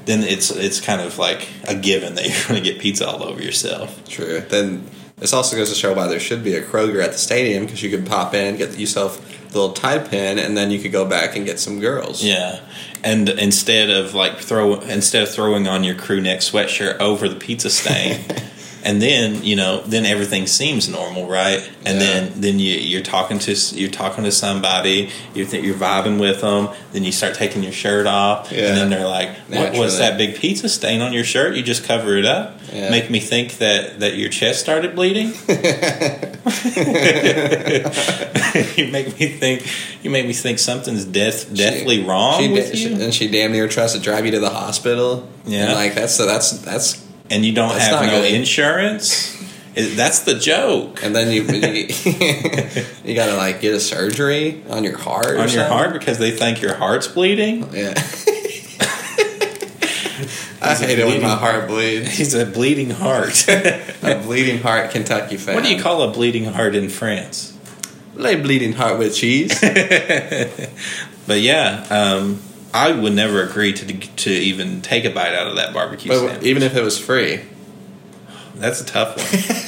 Speaker 2: then it's it's kind of like a given that you're going to get pizza all over yourself.
Speaker 4: True. Then this also goes to show why there should be a Kroger at the stadium because you could pop in, get yourself a little tie pin, and then you could go back and get some girls.
Speaker 2: Yeah, and instead of like throw instead of throwing on your crew neck sweatshirt over the pizza stain, and then you know then everything seems normal, right?
Speaker 4: Yeah.
Speaker 2: And then then you, you're talking to s- you're talking to somebody, you think you're vibing with them, then you start taking your shirt off,
Speaker 4: Yeah.
Speaker 2: and then they're like, "What
Speaker 4: Naturally.
Speaker 2: was that big pizza stain on your shirt? You just cover it up,
Speaker 4: Yeah.
Speaker 2: make me think that that your chest started bleeding." you make me think. You make me think something's death, deathly wrong
Speaker 4: She
Speaker 2: with
Speaker 4: da-
Speaker 2: you,
Speaker 4: she- and she damn near tries to drive you to the hospital.
Speaker 2: Yeah.
Speaker 4: And like that's so that's that's
Speaker 2: and you don't
Speaker 4: That's
Speaker 2: have
Speaker 4: not
Speaker 2: no
Speaker 4: good.
Speaker 2: insurance. It- that's the joke
Speaker 4: and then you you, you gotta like get a surgery on your heart or
Speaker 2: on your
Speaker 4: something.
Speaker 2: heart because they think your heart's bleeding.
Speaker 4: Yeah. I hate it when my heart bleeds.
Speaker 2: He's a bleeding heart.
Speaker 4: A bleeding heart Kentucky fan.
Speaker 2: what do you call a bleeding heart in France?
Speaker 4: Like bleeding heart with cheese.
Speaker 2: But yeah, um, I would never agree to to even take a bite out of that barbecue
Speaker 4: but
Speaker 2: sandwich.
Speaker 4: even if it was free.
Speaker 2: That's a tough one.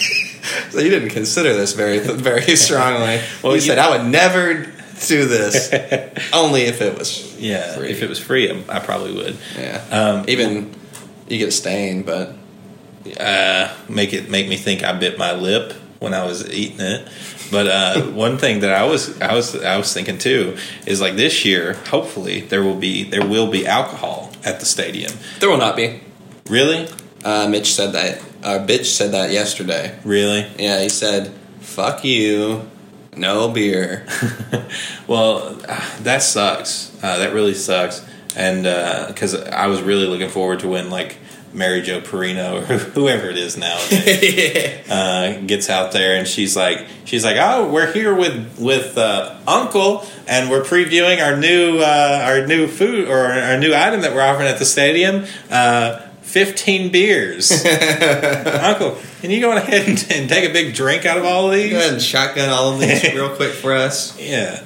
Speaker 4: So you didn't consider this very very strongly.
Speaker 2: Well,
Speaker 4: well, you
Speaker 2: you-
Speaker 4: said I would never do this, only if it was
Speaker 2: Yeah,
Speaker 4: free.
Speaker 2: if it was free, I, I probably would.
Speaker 4: yeah.
Speaker 2: Um,
Speaker 4: Even you get a stain, but
Speaker 2: uh, make it make me think I bit my lip when I was eating it. But uh, one thing that I was I was I was thinking too is like this year, hopefully there will be there will be alcohol at the stadium.
Speaker 4: there will not be.
Speaker 2: Really,
Speaker 4: Uh, Mitch said that. Uh, bitch said that yesterday.
Speaker 2: really.
Speaker 4: Yeah, he said, "Fuck you, no beer."
Speaker 2: Well, ah, that sucks. Uh, that really sucks. And because I was really looking forward to when like Mary Jo Perino or whoever it is nowadays uh, gets out there and she's like, she's like, oh, we're here with with uh, Uncle, and we're previewing our new uh, our new food or our new item that we're offering at the stadium. Uh, Fifteen beers, Uncle. Can you go ahead and, and take a big drink out of all of these?
Speaker 4: Go ahead and shotgun all of these real quick for us.
Speaker 2: Yeah.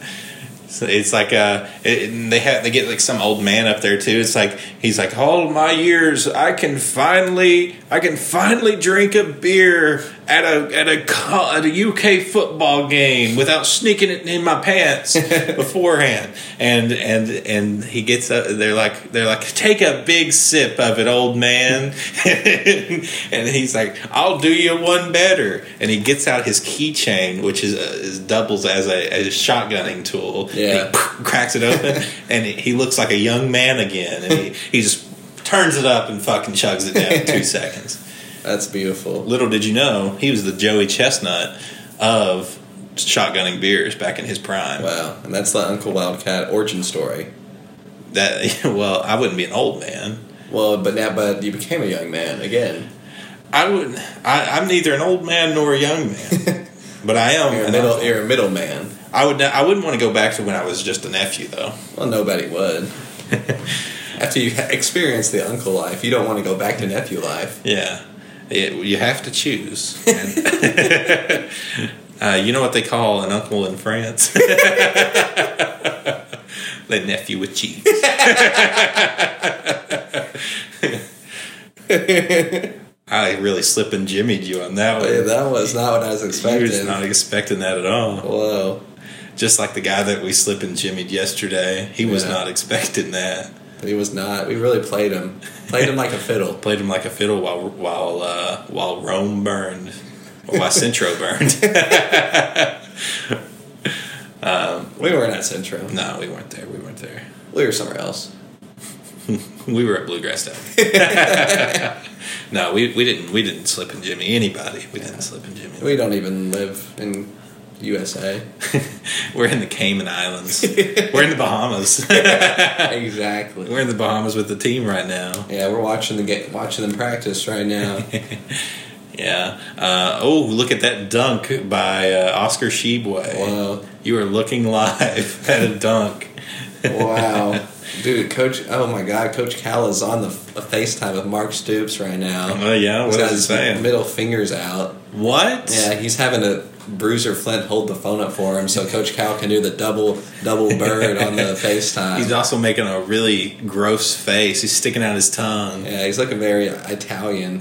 Speaker 2: So it's like uh, it, and they have they get like some old man up there too. It's like he's like, all my years, I can finally, I can finally drink a beer at a at a co- at a UK football game without sneaking it in my pants beforehand. And and and he gets up. They're like they're like take a big sip of it, old man. and he's like, I'll do you one better. And he gets out his keychain, which is, uh, is doubles as a, as a shotgunning tool. And he
Speaker 3: Yeah.
Speaker 2: cracks it open, and he looks like a young man again. And he, he just turns it up and fucking chugs it down in two seconds.
Speaker 3: That's beautiful.
Speaker 2: Little did you know, he was the Joey Chestnut of shotgunning beers back in his prime.
Speaker 3: Wow, and that's the Uncle Wildcat origin story.
Speaker 2: That well, I wouldn't be an old man.
Speaker 3: Well, but now, but you became a young man again.
Speaker 2: I wouldn't. I, I'm neither an old man nor a young man, but I am.
Speaker 3: You're a
Speaker 2: an
Speaker 3: middle,
Speaker 2: uncle.
Speaker 3: you're a middle man.
Speaker 2: I would. I wouldn't want to go back to when I was just a nephew, though.
Speaker 3: Well, nobody would. After you ha- experience the uncle life, you don't want to go back to nephew life.
Speaker 2: Yeah, It- you have to choose. And- uh, you know what they call an uncle in France? the nephew with cheese. I really slip and jimmied you on that
Speaker 3: Oh, Yeah,
Speaker 2: one.
Speaker 3: that was not what I was
Speaker 2: you were
Speaker 3: expecting.
Speaker 2: just not expecting that at all.
Speaker 3: Whoa.
Speaker 2: Just like the guy that we slip and jimmied yesterday, he was
Speaker 3: Yeah.
Speaker 2: not expecting that.
Speaker 3: He was not. We really played him. Played him like a fiddle.
Speaker 2: played him like a fiddle while while uh, while Rome burned, or while Centro burned.
Speaker 3: We weren't at Centro.
Speaker 2: no, we weren't there. We weren't there.
Speaker 3: We were somewhere else.
Speaker 2: We were at Bluegrass Town. no, we, we didn't we didn't slip and Jimmy anybody. We didn't slip and Jimmy.
Speaker 3: We don't even live in USA.
Speaker 2: We're in the Cayman Islands. we're in the Bahamas.
Speaker 3: exactly.
Speaker 2: we're in the Bahamas with the team right now.
Speaker 3: Yeah, we're watching the game, watching them practice right now.
Speaker 2: Yeah. Uh, oh, look at that dunk by uh, Oscar Sheboy.
Speaker 3: Wow.
Speaker 2: You are looking live at a dunk.
Speaker 3: wow, dude, Coach. Oh my God, Coach Cal is on the f- a FaceTime with Mark Stoops right now.
Speaker 2: Oh, yeah?
Speaker 3: He's
Speaker 2: What
Speaker 3: got
Speaker 2: is he
Speaker 3: his
Speaker 2: saying?
Speaker 3: Middle fingers out.
Speaker 2: What?
Speaker 3: Yeah, he's having a Bruiser Flint hold the phone up for him so Coach Cal can do the double double bird on the FaceTime.
Speaker 2: He's also making a really gross face. He's sticking out his tongue.
Speaker 3: yeah, he's looking very Italian.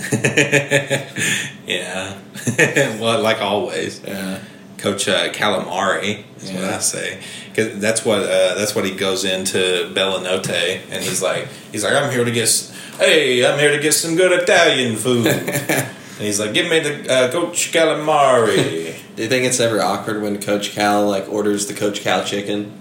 Speaker 2: Yeah. well, like always,
Speaker 3: Yeah.
Speaker 2: Coach uh, Calamari is what
Speaker 3: Yeah.
Speaker 2: I say. 'Cause that's what uh, that's what he goes into Bellanote, and he's like, he's like, I'm here to get, s- hey, I'm here to get some good Italian food. and he's like, give me the uh, Coach Calamari.
Speaker 3: Do you think it's ever awkward when Coach Cal like orders the Coach Cal chicken?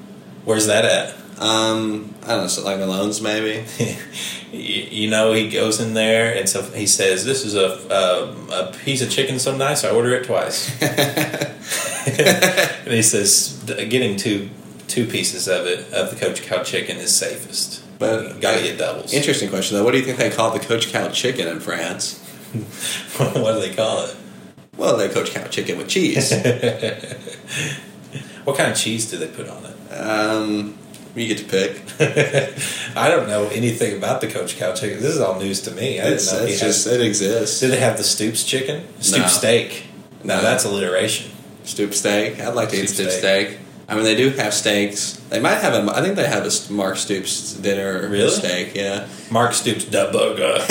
Speaker 2: Where's that at?
Speaker 3: Um, I don't know, so like Malone's maybe.
Speaker 2: Y- you know, he goes in there and so he says, "This is a um, a piece of chicken so nice, I order it twice." and he says, "D- "Getting two two pieces of it of the Coach Cow chicken is safest,
Speaker 3: But- uh,
Speaker 2: You gotta get doubles."
Speaker 3: Interesting question though. What do you think they call the Coach Cal chicken in France?
Speaker 2: what do they call it?
Speaker 3: Well, they Coach Cal chicken with cheese.
Speaker 2: What kind of cheese do they put on it?
Speaker 3: um, you get to pick.
Speaker 2: I don't know anything about the Coach Cow chicken. This is all news to me. I didn't
Speaker 3: It's,
Speaker 2: know he
Speaker 3: it's
Speaker 2: had-
Speaker 3: just it exists.
Speaker 2: Do they have the Stoops chicken? Stoop
Speaker 3: No.
Speaker 2: steak. Now
Speaker 3: No.
Speaker 2: that's alliteration.
Speaker 3: Stoop steak. I'd like to eat
Speaker 2: Stoop
Speaker 3: stoop
Speaker 2: steak.
Speaker 3: steak. I mean, they do have steaks. They might have a. I think they have a Mark Stoops dinner
Speaker 2: Really?
Speaker 3: steak. Yeah,
Speaker 2: Mark Stoops da burger.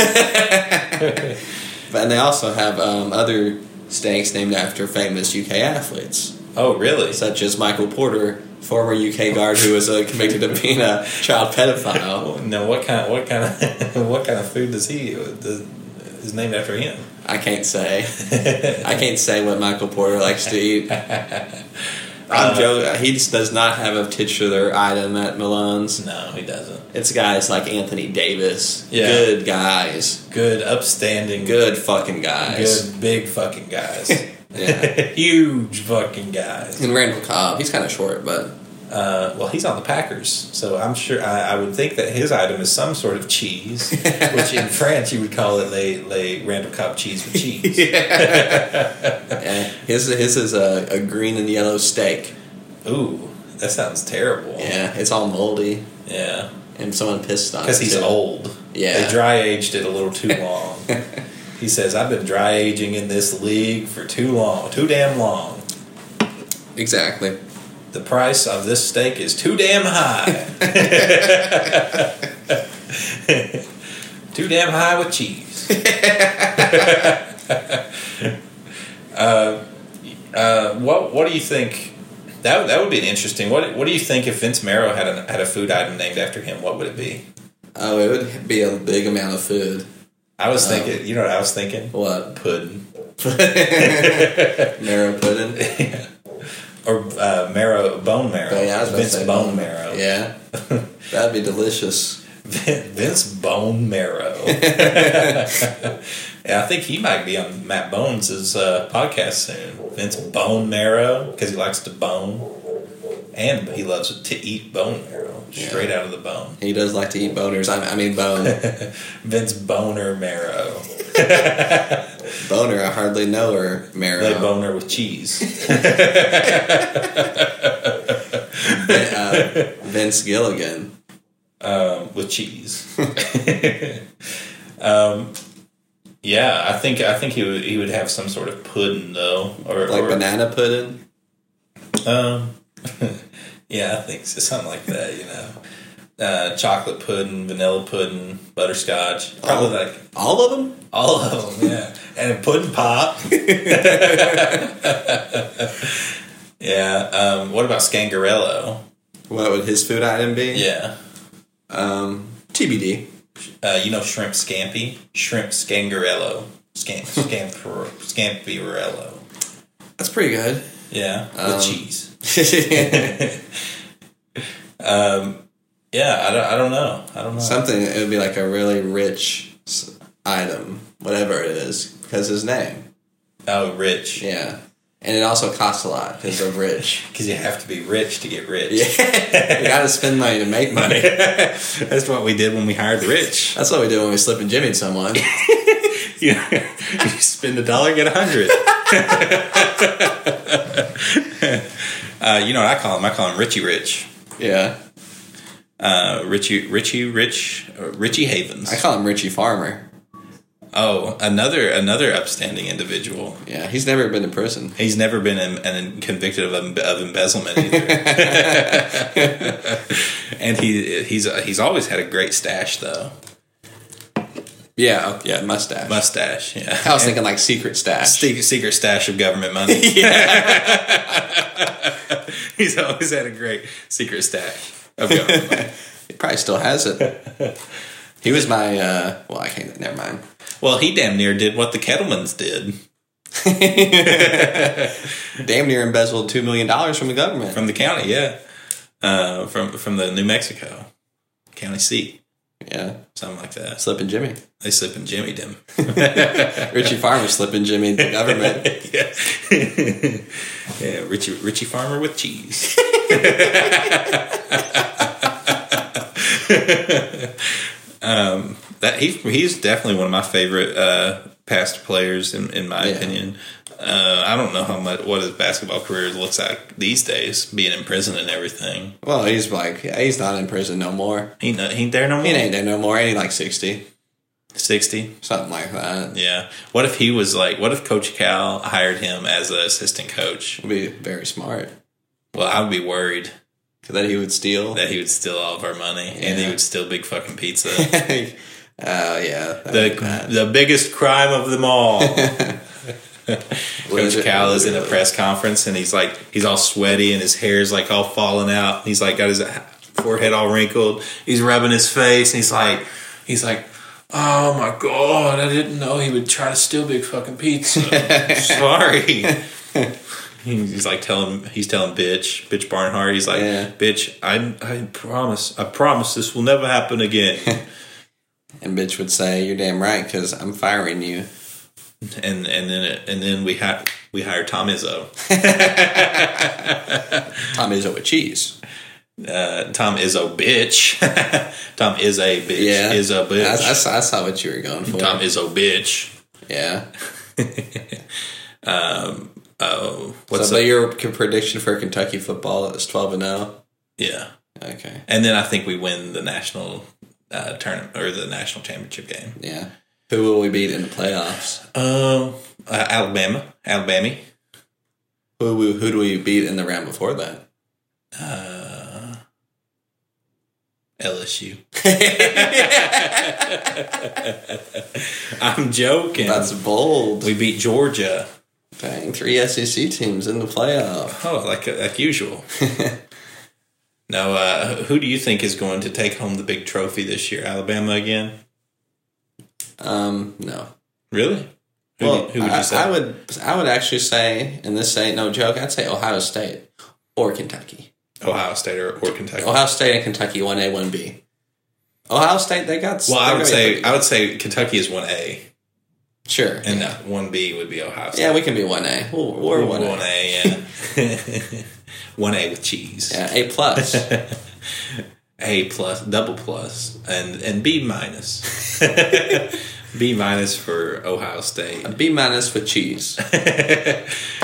Speaker 3: but, and they also have um, other steaks named after famous UK athletes,
Speaker 2: oh, really?
Speaker 3: such as Michael Porter, former UK guard who was uh, convicted of being a child pedophile.
Speaker 2: No, what kind? What kind of? What kind of food does he? Does, is named after him?
Speaker 3: I can't say. I can't say what Michael Porter likes to eat. I'm joking. He just does not have a titular item at Malone's.
Speaker 2: No, he doesn't.
Speaker 3: It's guys like Anthony Davis.
Speaker 2: Yeah.
Speaker 3: Good guys.
Speaker 2: Good, upstanding,
Speaker 3: Good fucking guys.
Speaker 2: good, big fucking guys,
Speaker 3: Yeah.
Speaker 2: huge fucking guys.
Speaker 3: And Randall Cobb, he's kind of short, but
Speaker 2: Uh, well, he's on the Packers, so I'm sure I, I would think that his item is some sort of cheese, which in France you would call it le, le Randall Cobb cheese with cheese.
Speaker 3: yeah, his his is a, a green and yellow steak.
Speaker 2: Ooh, that sounds terrible.
Speaker 3: Yeah, it's all moldy,
Speaker 2: yeah.
Speaker 3: and someone pissed on it.
Speaker 2: Because he's
Speaker 3: too.
Speaker 2: old.
Speaker 3: Yeah.
Speaker 2: They dry aged it a little too long. he says, I've been dry aging in this league for too long, too damn long.
Speaker 3: Exactly.
Speaker 2: The price of this steak is too damn high. too damn high with cheese. Uh, uh, what What do you think? That, that would be an interesting. What What do you think if Vince Marrow had a had a food item named after him? What would it be?
Speaker 3: Oh, it would be a big amount of food.
Speaker 2: I was
Speaker 3: Um,
Speaker 2: thinking. You know what I was thinking?
Speaker 3: What?
Speaker 2: Pudding
Speaker 3: Marrow pudding.
Speaker 2: or uh, marrow bone marrow.
Speaker 3: Oh, yeah, I was about to
Speaker 2: Vince
Speaker 3: say
Speaker 2: bone marrow.
Speaker 3: Yeah, that'd be delicious.
Speaker 2: Vince Bone Marrow. yeah, I think he might be on Matt Bones' uh, podcast soon. Vince Bone Marrow because he likes to bone, and he loves to eat bone marrow straight out of the bone.
Speaker 3: He does like to eat boners. I, I mean, bone
Speaker 2: Vince Boner Marrow.
Speaker 3: boner. I hardly know her. Marrow.
Speaker 2: They boner with cheese.
Speaker 3: uh, Vince Gilligan.
Speaker 2: Um, with cheese. um, yeah, I think I think he would he would have some sort of pudding though, or
Speaker 3: Like
Speaker 2: or,
Speaker 3: banana pudding.
Speaker 2: Um, yeah, I think so. something like that. You know, uh, chocolate pudding, vanilla pudding, butterscotch, probably
Speaker 3: All-
Speaker 2: like
Speaker 3: All of them?
Speaker 2: all of them. Yeah, and a pudding pop. yeah. Um, what about Scangarello?
Speaker 3: What would his food item be?
Speaker 2: Yeah.
Speaker 3: Um, TBD.
Speaker 2: Uh, you know shrimp scampi, shrimp scangarello, scamp scamper scampirello.
Speaker 3: That's pretty good.
Speaker 2: Yeah, with
Speaker 3: Um,
Speaker 2: cheese.
Speaker 3: Something.
Speaker 2: Um, yeah, I don't, I don't know. I don't know.
Speaker 3: It would be like a really rich s- item, whatever it is, because his name.
Speaker 2: oh, rich.
Speaker 3: Yeah. And it also costs a lot because of rich.
Speaker 2: Because you have to be rich to get rich.
Speaker 3: Yeah. you gotta spend money to make money.
Speaker 2: That's what we did when we hired the rich.
Speaker 3: That's what we did when we slip and jimmied someone.
Speaker 2: you spend a dollar, get a hundred. uh, you know what I call him? I call him Richie Rich.
Speaker 3: Yeah.
Speaker 2: Uh, Richie, Richie, Rich, uh, Richie Havens.
Speaker 3: I call him Richie Farmer.
Speaker 2: oh, another another upstanding individual.
Speaker 3: Yeah. He's never been to prison.
Speaker 2: He's never been in, in, convicted of, em- of embezzlement either. and he he's he's always had a great stash though.
Speaker 3: Yeah. oh, Yeah. Mustache.
Speaker 2: Mustache, yeah.
Speaker 3: I was thinking like secret stash.
Speaker 2: Secret, secret stash of government money. He's always had a great secret stash of government money.
Speaker 3: He probably still has it. He was my, uh, well, I can't, never mind.
Speaker 2: Well, he damn near did what the Kettlemans did
Speaker 3: Damn near embezzled $2 million from the government.
Speaker 2: from the county, yeah, uh, from from the New Mexico county seat,
Speaker 3: yeah.
Speaker 2: something like that. So
Speaker 3: Slippin' Jimmy.
Speaker 2: they slip and jimmied him.
Speaker 3: Richie Farmer slipping Jimmy the government.
Speaker 2: yeah, yeah, Richie Richie Farmer with cheese. um, that he he's definitely one of my favorite uh, past players in in my
Speaker 3: Yeah.
Speaker 2: opinion. Uh, I don't know how much what his basketball career looks like these days, being in prison and everything.
Speaker 3: Well, he's like, yeah, he's not in prison no more.
Speaker 2: He no, he there no more.
Speaker 3: He ain't there no more. Ain't he like 60?
Speaker 2: Sixty.
Speaker 3: Something like that.
Speaker 2: Yeah. What if he was like? What if Coach Cal hired him as an assistant coach?
Speaker 3: Would be very smart.
Speaker 2: Well, I would be worried.
Speaker 3: Cause then he would steal.
Speaker 2: that he would steal all of our money and he
Speaker 3: Yeah.
Speaker 2: would steal big fucking pizza.
Speaker 3: Oh, yeah. that
Speaker 2: the
Speaker 3: would be bad.
Speaker 2: the biggest crime of them all.
Speaker 3: What
Speaker 2: Coach
Speaker 3: is it?
Speaker 2: Cal is in a press conference and he's like he's all sweaty and his hair's like all falling out. He's like got his forehead all wrinkled. He's rubbing his face and he's like he's like Oh my god, I didn't know he would try to steal big fucking pizza. Sorry. He's like telling he's telling bitch bitch Barnhart. He's like
Speaker 3: Yeah.
Speaker 2: bitch. I I promise I promise this will never happen again.
Speaker 3: And bitch would say, "You're damn right, because I'm firing you."
Speaker 2: and and then it, and then we hi- we hire Tom Izzo.
Speaker 3: Tom Izzo with cheese.
Speaker 2: Uh, Tom Izzo bitch. Tom is a bitch.
Speaker 3: Yeah,
Speaker 2: Is a
Speaker 3: I, I
Speaker 2: bitch.
Speaker 3: saw, I saw what you were going for.
Speaker 2: Tom Izzo bitch.
Speaker 3: yeah.
Speaker 2: Oh,
Speaker 3: So,
Speaker 2: what's
Speaker 3: but
Speaker 2: up?
Speaker 3: your c- prediction for Kentucky football is twelve and zero.
Speaker 2: Yeah,
Speaker 3: Okay.
Speaker 2: and then I think we win the national uh, tournament or the national championship game.
Speaker 3: Yeah. Who will we beat in the playoffs?
Speaker 2: Um, uh, Alabama, Alabama.
Speaker 3: Who we, who do we beat in the round before that?
Speaker 2: Uh, LSU. I'm joking.
Speaker 3: That's bold.
Speaker 2: we beat Georgia.
Speaker 4: Dang, three
Speaker 3: E
Speaker 4: SEC teams in the playoff.
Speaker 2: Oh, like like usual. now, uh, who do you think is going to take home the big trophy this year? Alabama again?
Speaker 4: Um, no.
Speaker 2: Really? Who,
Speaker 4: Well,
Speaker 2: who would
Speaker 4: I,
Speaker 2: you say?
Speaker 4: I would I would actually say, and this ain't no joke, I'd say Ohio State or Kentucky.
Speaker 2: Ohio State or, or Kentucky?
Speaker 4: Ohio State and Kentucky, one A, one B. Ohio State, they got.
Speaker 2: well, I
Speaker 4: they're
Speaker 2: would
Speaker 4: gonna
Speaker 2: say
Speaker 4: be-
Speaker 2: I would say Kentucky is one A,
Speaker 4: sure.
Speaker 2: and uh, one B would be Ohio State.
Speaker 4: Yeah, we can be one A. We're, we're one
Speaker 2: one
Speaker 4: A.
Speaker 2: A, yeah. one A with cheese.
Speaker 4: Yeah, A plus.
Speaker 2: A plus, double plus, and and B minus. B minus for Ohio State.
Speaker 4: A B minus with cheese.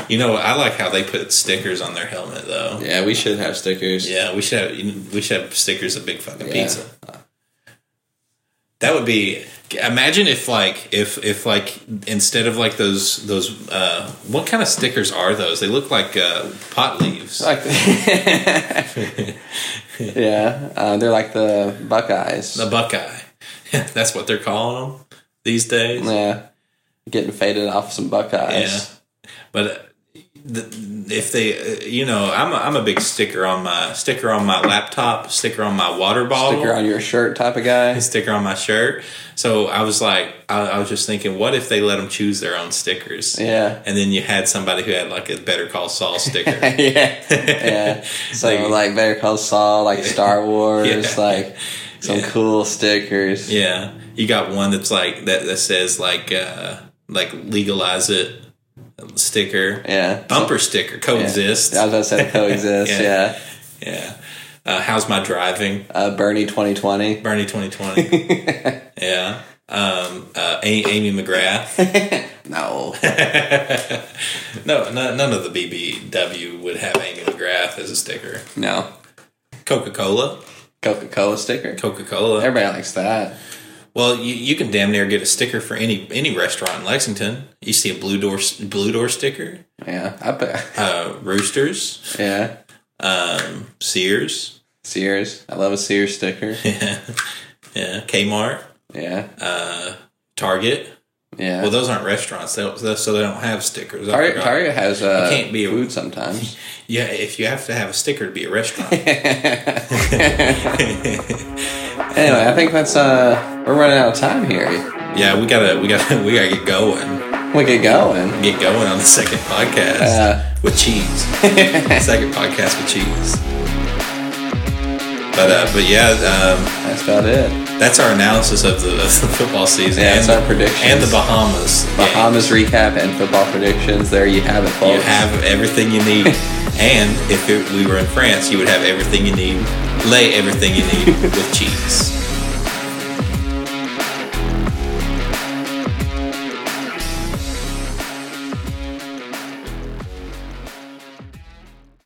Speaker 2: You know, I like how they put stickers on their helmet though.
Speaker 4: Yeah, we should have stickers.
Speaker 2: Yeah, we should have we should have stickers of big fucking
Speaker 4: Yeah.
Speaker 2: pizza. That would be imagine if like if if like instead of like those those uh what kind of stickers are those? They look like uh pot leaves.
Speaker 3: Like yeah, uh, they're like the Buckeyes.
Speaker 2: The Buckeye. That's what they're calling them these days.
Speaker 3: yeah, getting faded off some
Speaker 2: Yeah,
Speaker 3: Buckeyes.
Speaker 2: but uh, the, if they, uh, you know, I'm a, I'm a big sticker on my sticker on my laptop, sticker on my water bottle,
Speaker 3: Sticker on your shirt type of guy.
Speaker 2: sticker on my shirt. So I was like, I, I was just thinking, what if they let them choose their own stickers?
Speaker 3: Yeah.
Speaker 2: And then you had somebody who had like a Better Call Saul sticker.
Speaker 3: yeah, yeah. So
Speaker 2: Like-
Speaker 3: like, Better Call Saul, like Star Wars,
Speaker 2: Yeah.
Speaker 3: like some
Speaker 2: Yeah.
Speaker 3: cool stickers.
Speaker 2: yeah, you got one that's like that that says like uh like legalize it sticker,
Speaker 3: Yeah.
Speaker 2: bumper sticker coexist.
Speaker 3: I was about to say coexist.
Speaker 2: Yeah.
Speaker 3: yeah.
Speaker 2: Yeah. Uh, how's my driving?
Speaker 3: Uh, Bernie twenty twenty.
Speaker 2: Bernie 2020. yeah. Um, uh, A- Amy McGrath.
Speaker 3: No.
Speaker 2: No, no, none of the BBW would have Amy McGrath as a sticker.
Speaker 3: no.
Speaker 2: Coca Cola.
Speaker 3: Coca Cola sticker.
Speaker 2: Coca Cola.
Speaker 3: Everybody likes that.
Speaker 2: Well, you, you can damn near get a sticker for any any restaurant in Lexington. You see a blue door blue door sticker,
Speaker 3: Yeah. I put,
Speaker 2: uh, Roosters,
Speaker 3: yeah.
Speaker 2: um, Sears,
Speaker 3: Sears. I love a Sears sticker.
Speaker 2: yeah, Kmart,
Speaker 3: Yeah.
Speaker 2: Target.
Speaker 3: Yeah.
Speaker 2: Well, those aren't restaurants, they don't, so they don't have stickers. I
Speaker 3: Target,
Speaker 2: forgot.
Speaker 3: Target has uh,
Speaker 2: You can't be a-
Speaker 3: food sometimes.
Speaker 2: Yeah, if you have to have a sticker to be a restaurant.
Speaker 3: Anyway, I think that's uh we're running out of time here.
Speaker 2: Yeah, we gotta we gotta we gotta get going.
Speaker 3: We get going.
Speaker 2: Get going on the second podcast
Speaker 3: Yeah.
Speaker 2: with cheese. second podcast with cheese. But uh, but yeah,
Speaker 3: That's about it.
Speaker 2: um, that's our analysis of the, of the football season.
Speaker 3: Yeah, it's
Speaker 2: and,
Speaker 3: our predictions.
Speaker 2: And the Bahamas. game.
Speaker 3: Bahamas recap and football predictions. There you have it, folks.
Speaker 2: You have everything you need. and if it, we were in France, you would have everything you need. Lay everything you need with cheese.